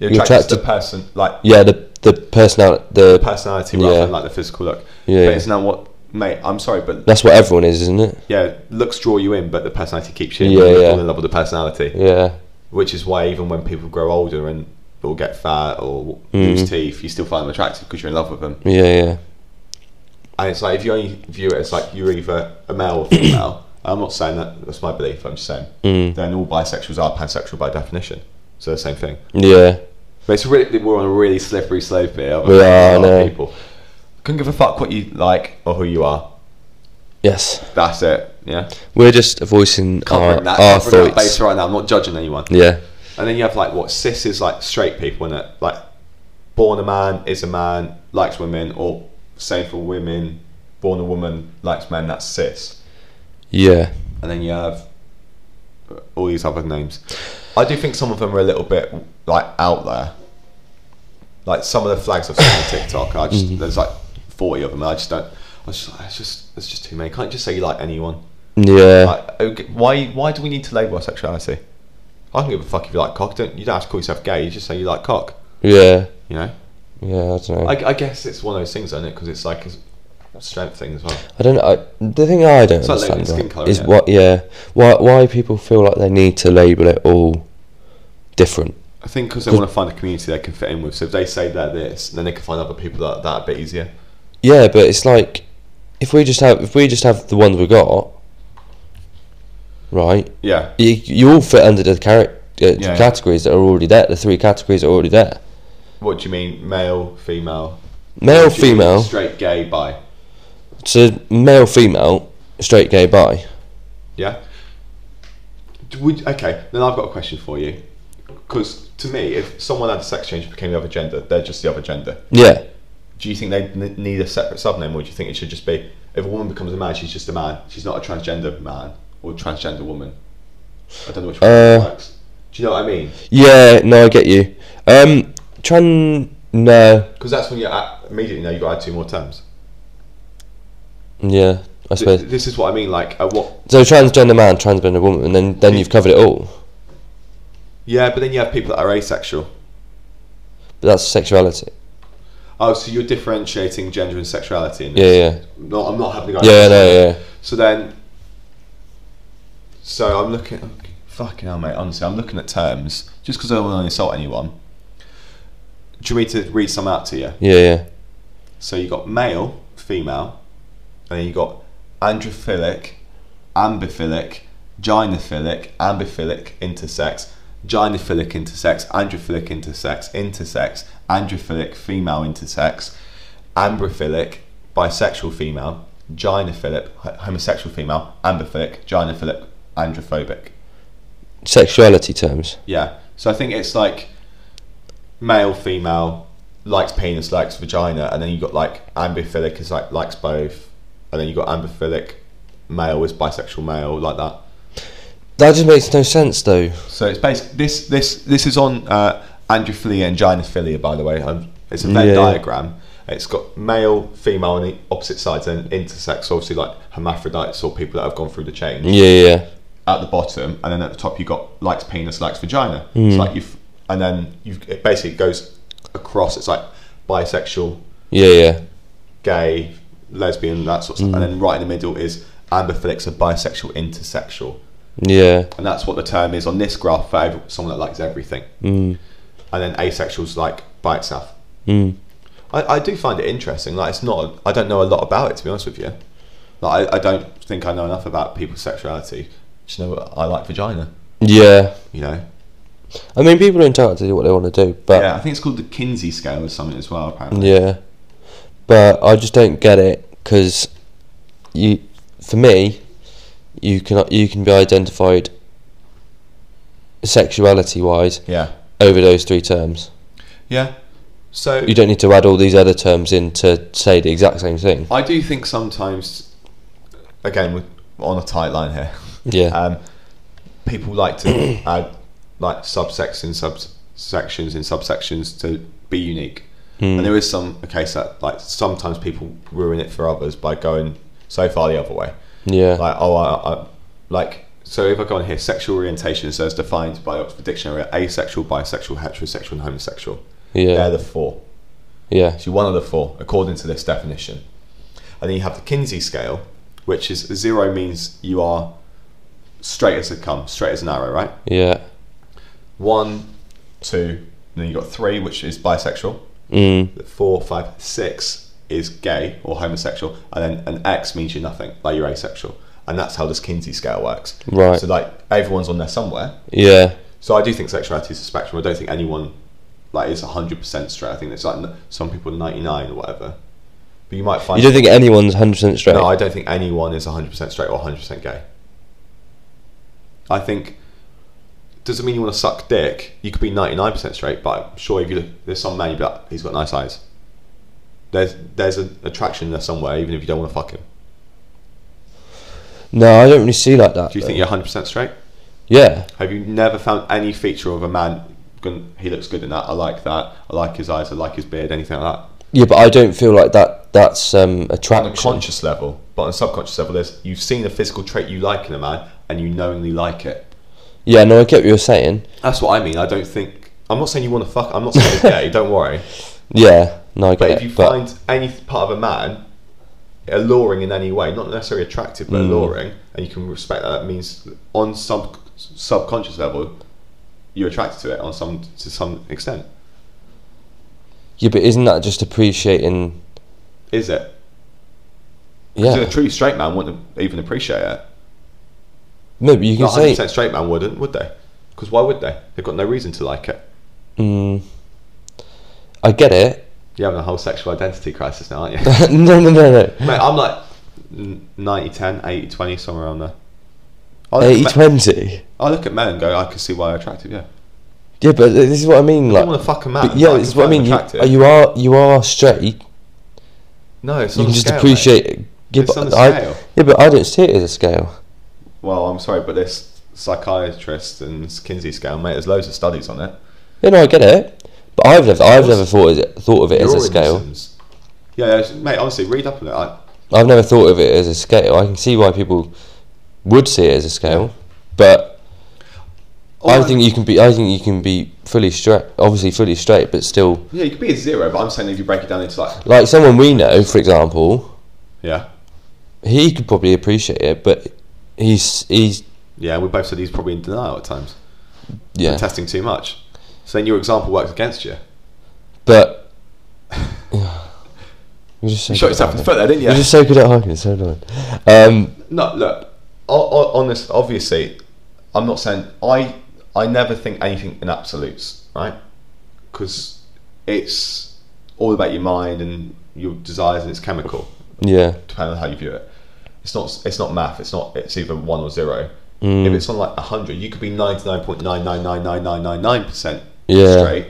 You're You're attracted to attracted- the person, like yeah the the personality the personality rather Yeah. than like the physical look. Yeah. But it's not what, mate. I'm sorry, but that's what everyone is, isn't it? yeah, looks draw you in, but the personality keeps you. in. Yeah, you yeah. fall in love with the personality. Yeah, which is why even when people grow older and will get fat or Mm. lose teeth, you still find them attractive because you're in love with them. yeah, yeah, And it's like if you only view it as like you're either a male or female. I'm not saying that that's my belief. I'm just saying Mm. then all bisexuals are pansexual by definition, so the same thing. yeah. But it's really we're on a really slippery slope here. We are, A lot I know. of people couldn't give a fuck what you like or who you are. Yes, That's it. Yeah, we're just voicing our, covering that, our covering that thoughts. base right now. I'm not judging anyone. Yeah, And then you have like what cis is like straight people, innit? Like born a man is a man, likes women, or same for women, born a woman, likes men, that's cis. yeah, And then you have all these other names. I do think some of them are a little bit like out there. Like some of the flags I've seen on TikTok, I just there's like forty of them. And I just don't. I was just, like, it's just it's just too many. Can't you just say you like anyone? yeah, Like, okay, why why do we need to label our sexuality? I don't give a fuck if you like cock. Don't you don't have to call yourself gay. You just say you like cock. yeah, You know. yeah. I don't know. I, I, I guess it's one of those things, isn't it? Because it's like a s- a strength thing as well. don't. I, the thing I don't It's like understand skin right, colour, is yeah. what. Yeah, why why people feel like they need to label it all different. I think because they want to find a community they can fit in with. So if they say they're this, then they can find other people that that are a bit easier. Yeah, but it's like if we just have if we just have the ones we got, right? Yeah, You, you all fit under the character yeah. categories that are already there. The three categories are already there. what do you mean, male, female, Male, What do you mean, female. straight, gay, bi? So male, female, straight, gay, bi. Yeah. D- Would okay? Then I've got a question for you. Because to me, if someone had a sex change and became the other gender, they're just the other gender. Yeah. Do you think they n- need a separate subname, or do you think it should just be if a woman becomes a man, she's just a man. She's not a transgender man or transgender woman. I don't know which one Uh, works. Do you know what I mean? Yeah. No, I get you. Um, tran. No. Because that's when you at, immediately know you got to add two more terms. Yeah. I Th- suppose. this is what I mean. Like, uh, what? So transgender man, transgender woman, and then then you've covered it all. Yeah, but then you have people that are asexual. But that's sexuality. Oh, so you're differentiating gender and sexuality. In Yeah. this. Yeah. No, I'm not having a go. at Yeah. this. No. Yeah. So then, so I'm looking. okay, Fucking hell, mate. Honestly, I'm looking at terms just because I don't want to insult anyone. Do you want me to read some out to you? Yeah. Yeah. So you got male, female, and then you got androphilic, ambiphilic, gynophilic, ambiphilic, intersex, gynophilic, intersex, androphilic, intersex, intersex, androphilic, female, intersex, ambrophilic, bisexual, female, gynophilic, h- homosexual, female, ambiphilic, gynophilic, androphobic. Sexuality terms. Yeah. So I think it's like male, female, likes penis, likes vagina, and then you got like ambiphilic is like likes both, and then you got ambiphilic, male is bisexual male, like that. That just makes no sense, though. So it's basically this this this is on uh, androphilia and gynophilia, by the way. Um, it's a Venn Yeah. diagram. It's got male, female on the opposite sides, and intersex, obviously like hermaphrodites or people that have gone through the change. Yeah. Yeah. at the bottom, and then at the top you got likes penis, likes vagina. It's like you've, and then you it basically goes across. It's like bisexual, Yeah. Yeah. gay, lesbian, that sort of stuff. And then right in the middle is ambiphilics, a bisexual, intersexual, Yeah. and that's what the term is on this graph for ev- someone that likes everything. and then asexuals like by itself. Mm. I, I do find it interesting. Like it's not I don't know a lot about it to be honest with you. Like I, I don't think I know enough about people's sexuality. Just know what I like vagina. Yeah. You know. I mean, people are entitled to do what they want to do, but yeah, I think it's called the Kinsey scale or something as well. Apparently. Yeah, but I just don't get it because you, for me, you can you can be identified sexuality wise Yeah. over those three terms. Yeah. So You don't need to add all these other terms in to say the exact same thing. I do think sometimes, again, we're on a tight line here. Yeah, Um, people like to add like subsects in subsections in subsections to be unique. Hmm. And there is some a case that like sometimes people ruin it for others by going so far the other way. yeah, Like oh, I, I like so if I go on here, sexual orientation so as defined by Oxford Dictionary: asexual, bisexual, heterosexual, and homosexual. yeah, They're the four. yeah, So you're one of the four, according to this definition. And then you have the Kinsey scale, which is zero means you are straight as a come, straight as an arrow, right? yeah. One, two, then you've got three, which is bisexual. Mm. Four, five, six is gay or homosexual. And then an X means you're nothing, like you're asexual. And that's how this Kinsey scale works. Right. So, like, everyone's on there somewhere. Yeah, So I do think sexuality is a spectrum. I don't think anyone like is hundred percent straight. I think there's like n- some people ninety nine or whatever. But you might find you don't think anyone's hundred percent straight. no, I don't think anyone is hundred percent straight or hundred percent gay. I think doesn't mean you want to suck dick. You could be ninety nine percent straight, but I'm sure if you look, there's some man you'd be like, he's got nice eyes. There's there's an attraction there somewhere, even if you don't want to fuck him. No, I don't really see like that. Do you though. think you're hundred percent straight? Yeah, Have you never found any feature of a man? Going, he looks good in that. I like that. I like his eyes. I like his beard. Anything like that. yeah, but I don't feel like that. That's On um, a attraction. conscious level, but on a subconscious level, there's you've seen a physical trait you like in a man, and you knowingly like it. yeah, no, I get what you're saying. That's what I mean. I don't think. I'm not saying you want to fuck. I'm not saying it's gay. Don't worry. Yeah, no, I get But it. if you but find any part of a man alluring in any way, not necessarily attractive, but alluring, and you can respect that, that means on sub subconscious level, you're attracted to it on some to some extent. yeah, but isn't that just appreciating? Is it? Because Yeah, a true straight man wouldn't even appreciate it. maybe you can Not say 100% straight man wouldn't, would they? Because why would they? They've got no reason to like it. Mm, I get it. You're having a whole sexual identity crisis now, aren't you? Mate, no, no, no, no. I'm like n- 90 10, 80 20, somewhere around there. I look, Eighty at men, twenty. I look at men and go, I can see why they're attractive, yeah. Yeah, but this is what I mean. I Like, don't want to fuck a man. but yeah, like, this is what I find mean. You, attractive. you are you are straight. no, it's You on can a just scale, appreciate. it. Yeah, It's but on a I, scale. yeah, but I don't see it as a scale. mate. Well, I'm sorry, but this psychiatrist and Kinsey scale, mate, there's loads of studies on it. Yeah, no, I get it. But I've never I've never thought of it, thought of it as a Your scale. organisms. Yeah, yeah, mate, honestly, read up on it. I, I've never thought of it as a scale. I can see why people would see it as a scale, but I think you can be. I think you can be fully straight. Obviously, fully straight, but still, Yeah, you could be a zero, but I'm saying if you break it down into like like someone we know, for example, yeah, he could probably appreciate it, but he's he's yeah, we both said he's probably in denial at times, yeah. testing too much. So then your example works against you. But you're just so You shot good yourself at in the arguing. foot there, didn't you? You're just so good at arguing. it's So annoying. Um, No, look, o- o- on this, obviously, I'm not saying I. I never think anything in absolutes, right? Because it's all about your mind and your desires, and it's chemical, yeah, depending on how you view it. It's not. It's not math. It's not. It's either one or zero. Mm. If it's on like hundred, you could be ninety nine point nine nine nine nine nine nine nine percent yeah, straight.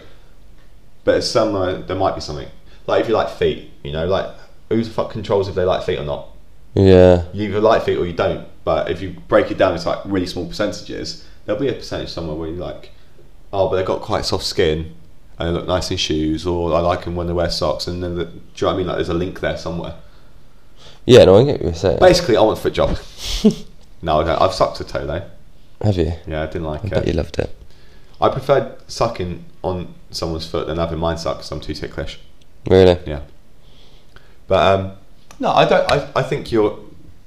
But it's somewhere there might be something. Like if you like feet, you know, like who the fuck controls if they like feet or not? yeah, You either like feet or you don't. But if you break it down into like really small percentages, there'll be a percentage somewhere where you like, oh, but they've got quite soft skin and they look nice in shoes, or I like them when they wear socks. And then, the, do you know what I mean? Like there's a link there somewhere. yeah. No, I eh? get what you're saying. Basically, I want a foot job. no, I don't. I've sucked a toe though. Have you? Yeah, I didn't like I it. bet you loved it. I preferred sucking on someone's foot than having mine sucked because I'm too ticklish. Really? Yeah. But um, no, I don't. I, I think you're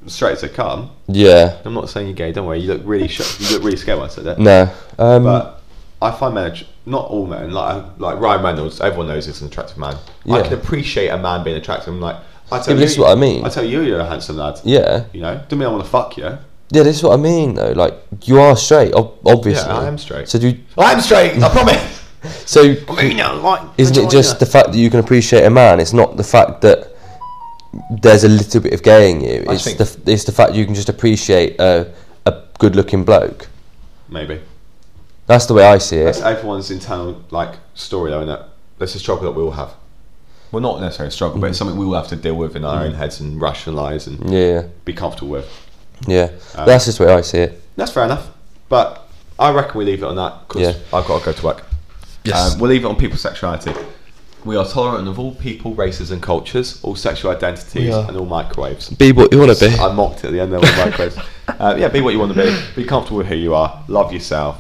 straight as a come. Yeah. Mm-hmm. I'm not saying you're gay. Don't worry. You look really sh- you look really scared when I said that. No. Um, But I find men attr- not all men like like Ryan Reynolds. Everyone knows he's an attractive man. I Yeah. can appreciate a man being attractive. I'm like, I Yeah, tell but you, this is what I mean. I tell you, you're a handsome lad. Yeah, You know, do not mean I want to fuck you. yeah. This is what I mean though. Like you are straight, ob- obviously. I am straight. So do you, I'm straight. I promise. so I mean, I like. isn't it vagina. just the fact that you can appreciate a man? It's not the fact that there's a little bit of gay in you. I It's think- the f- it's the fact you can just appreciate a a good looking bloke. maybe? That's the way I see it. That's everyone's internal like story though, innit? That's a struggle that we all have. Well, not necessarily a struggle, but it's something we all have to deal with in our own heads and rationalise and Mm. Yeah, be comfortable with. yeah. Um, That's just the way I see it. That's fair enough. But I reckon we leave it on that because Yeah. I've got to go to work. Yes. Um, we'll leave it on people's sexuality. We are tolerant of all people, races, and cultures, all sexual identities, are. and all microwaves. Be what you want to be. I mocked at the end there with microwaves. uh, yeah, be what you want to be. Be comfortable with who you are. Love yourself.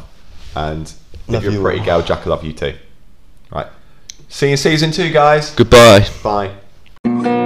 And Love if you're you a pretty all. girl, Jack, I love you too. Right. See you in season two, guys. Goodbye. Bye. Thank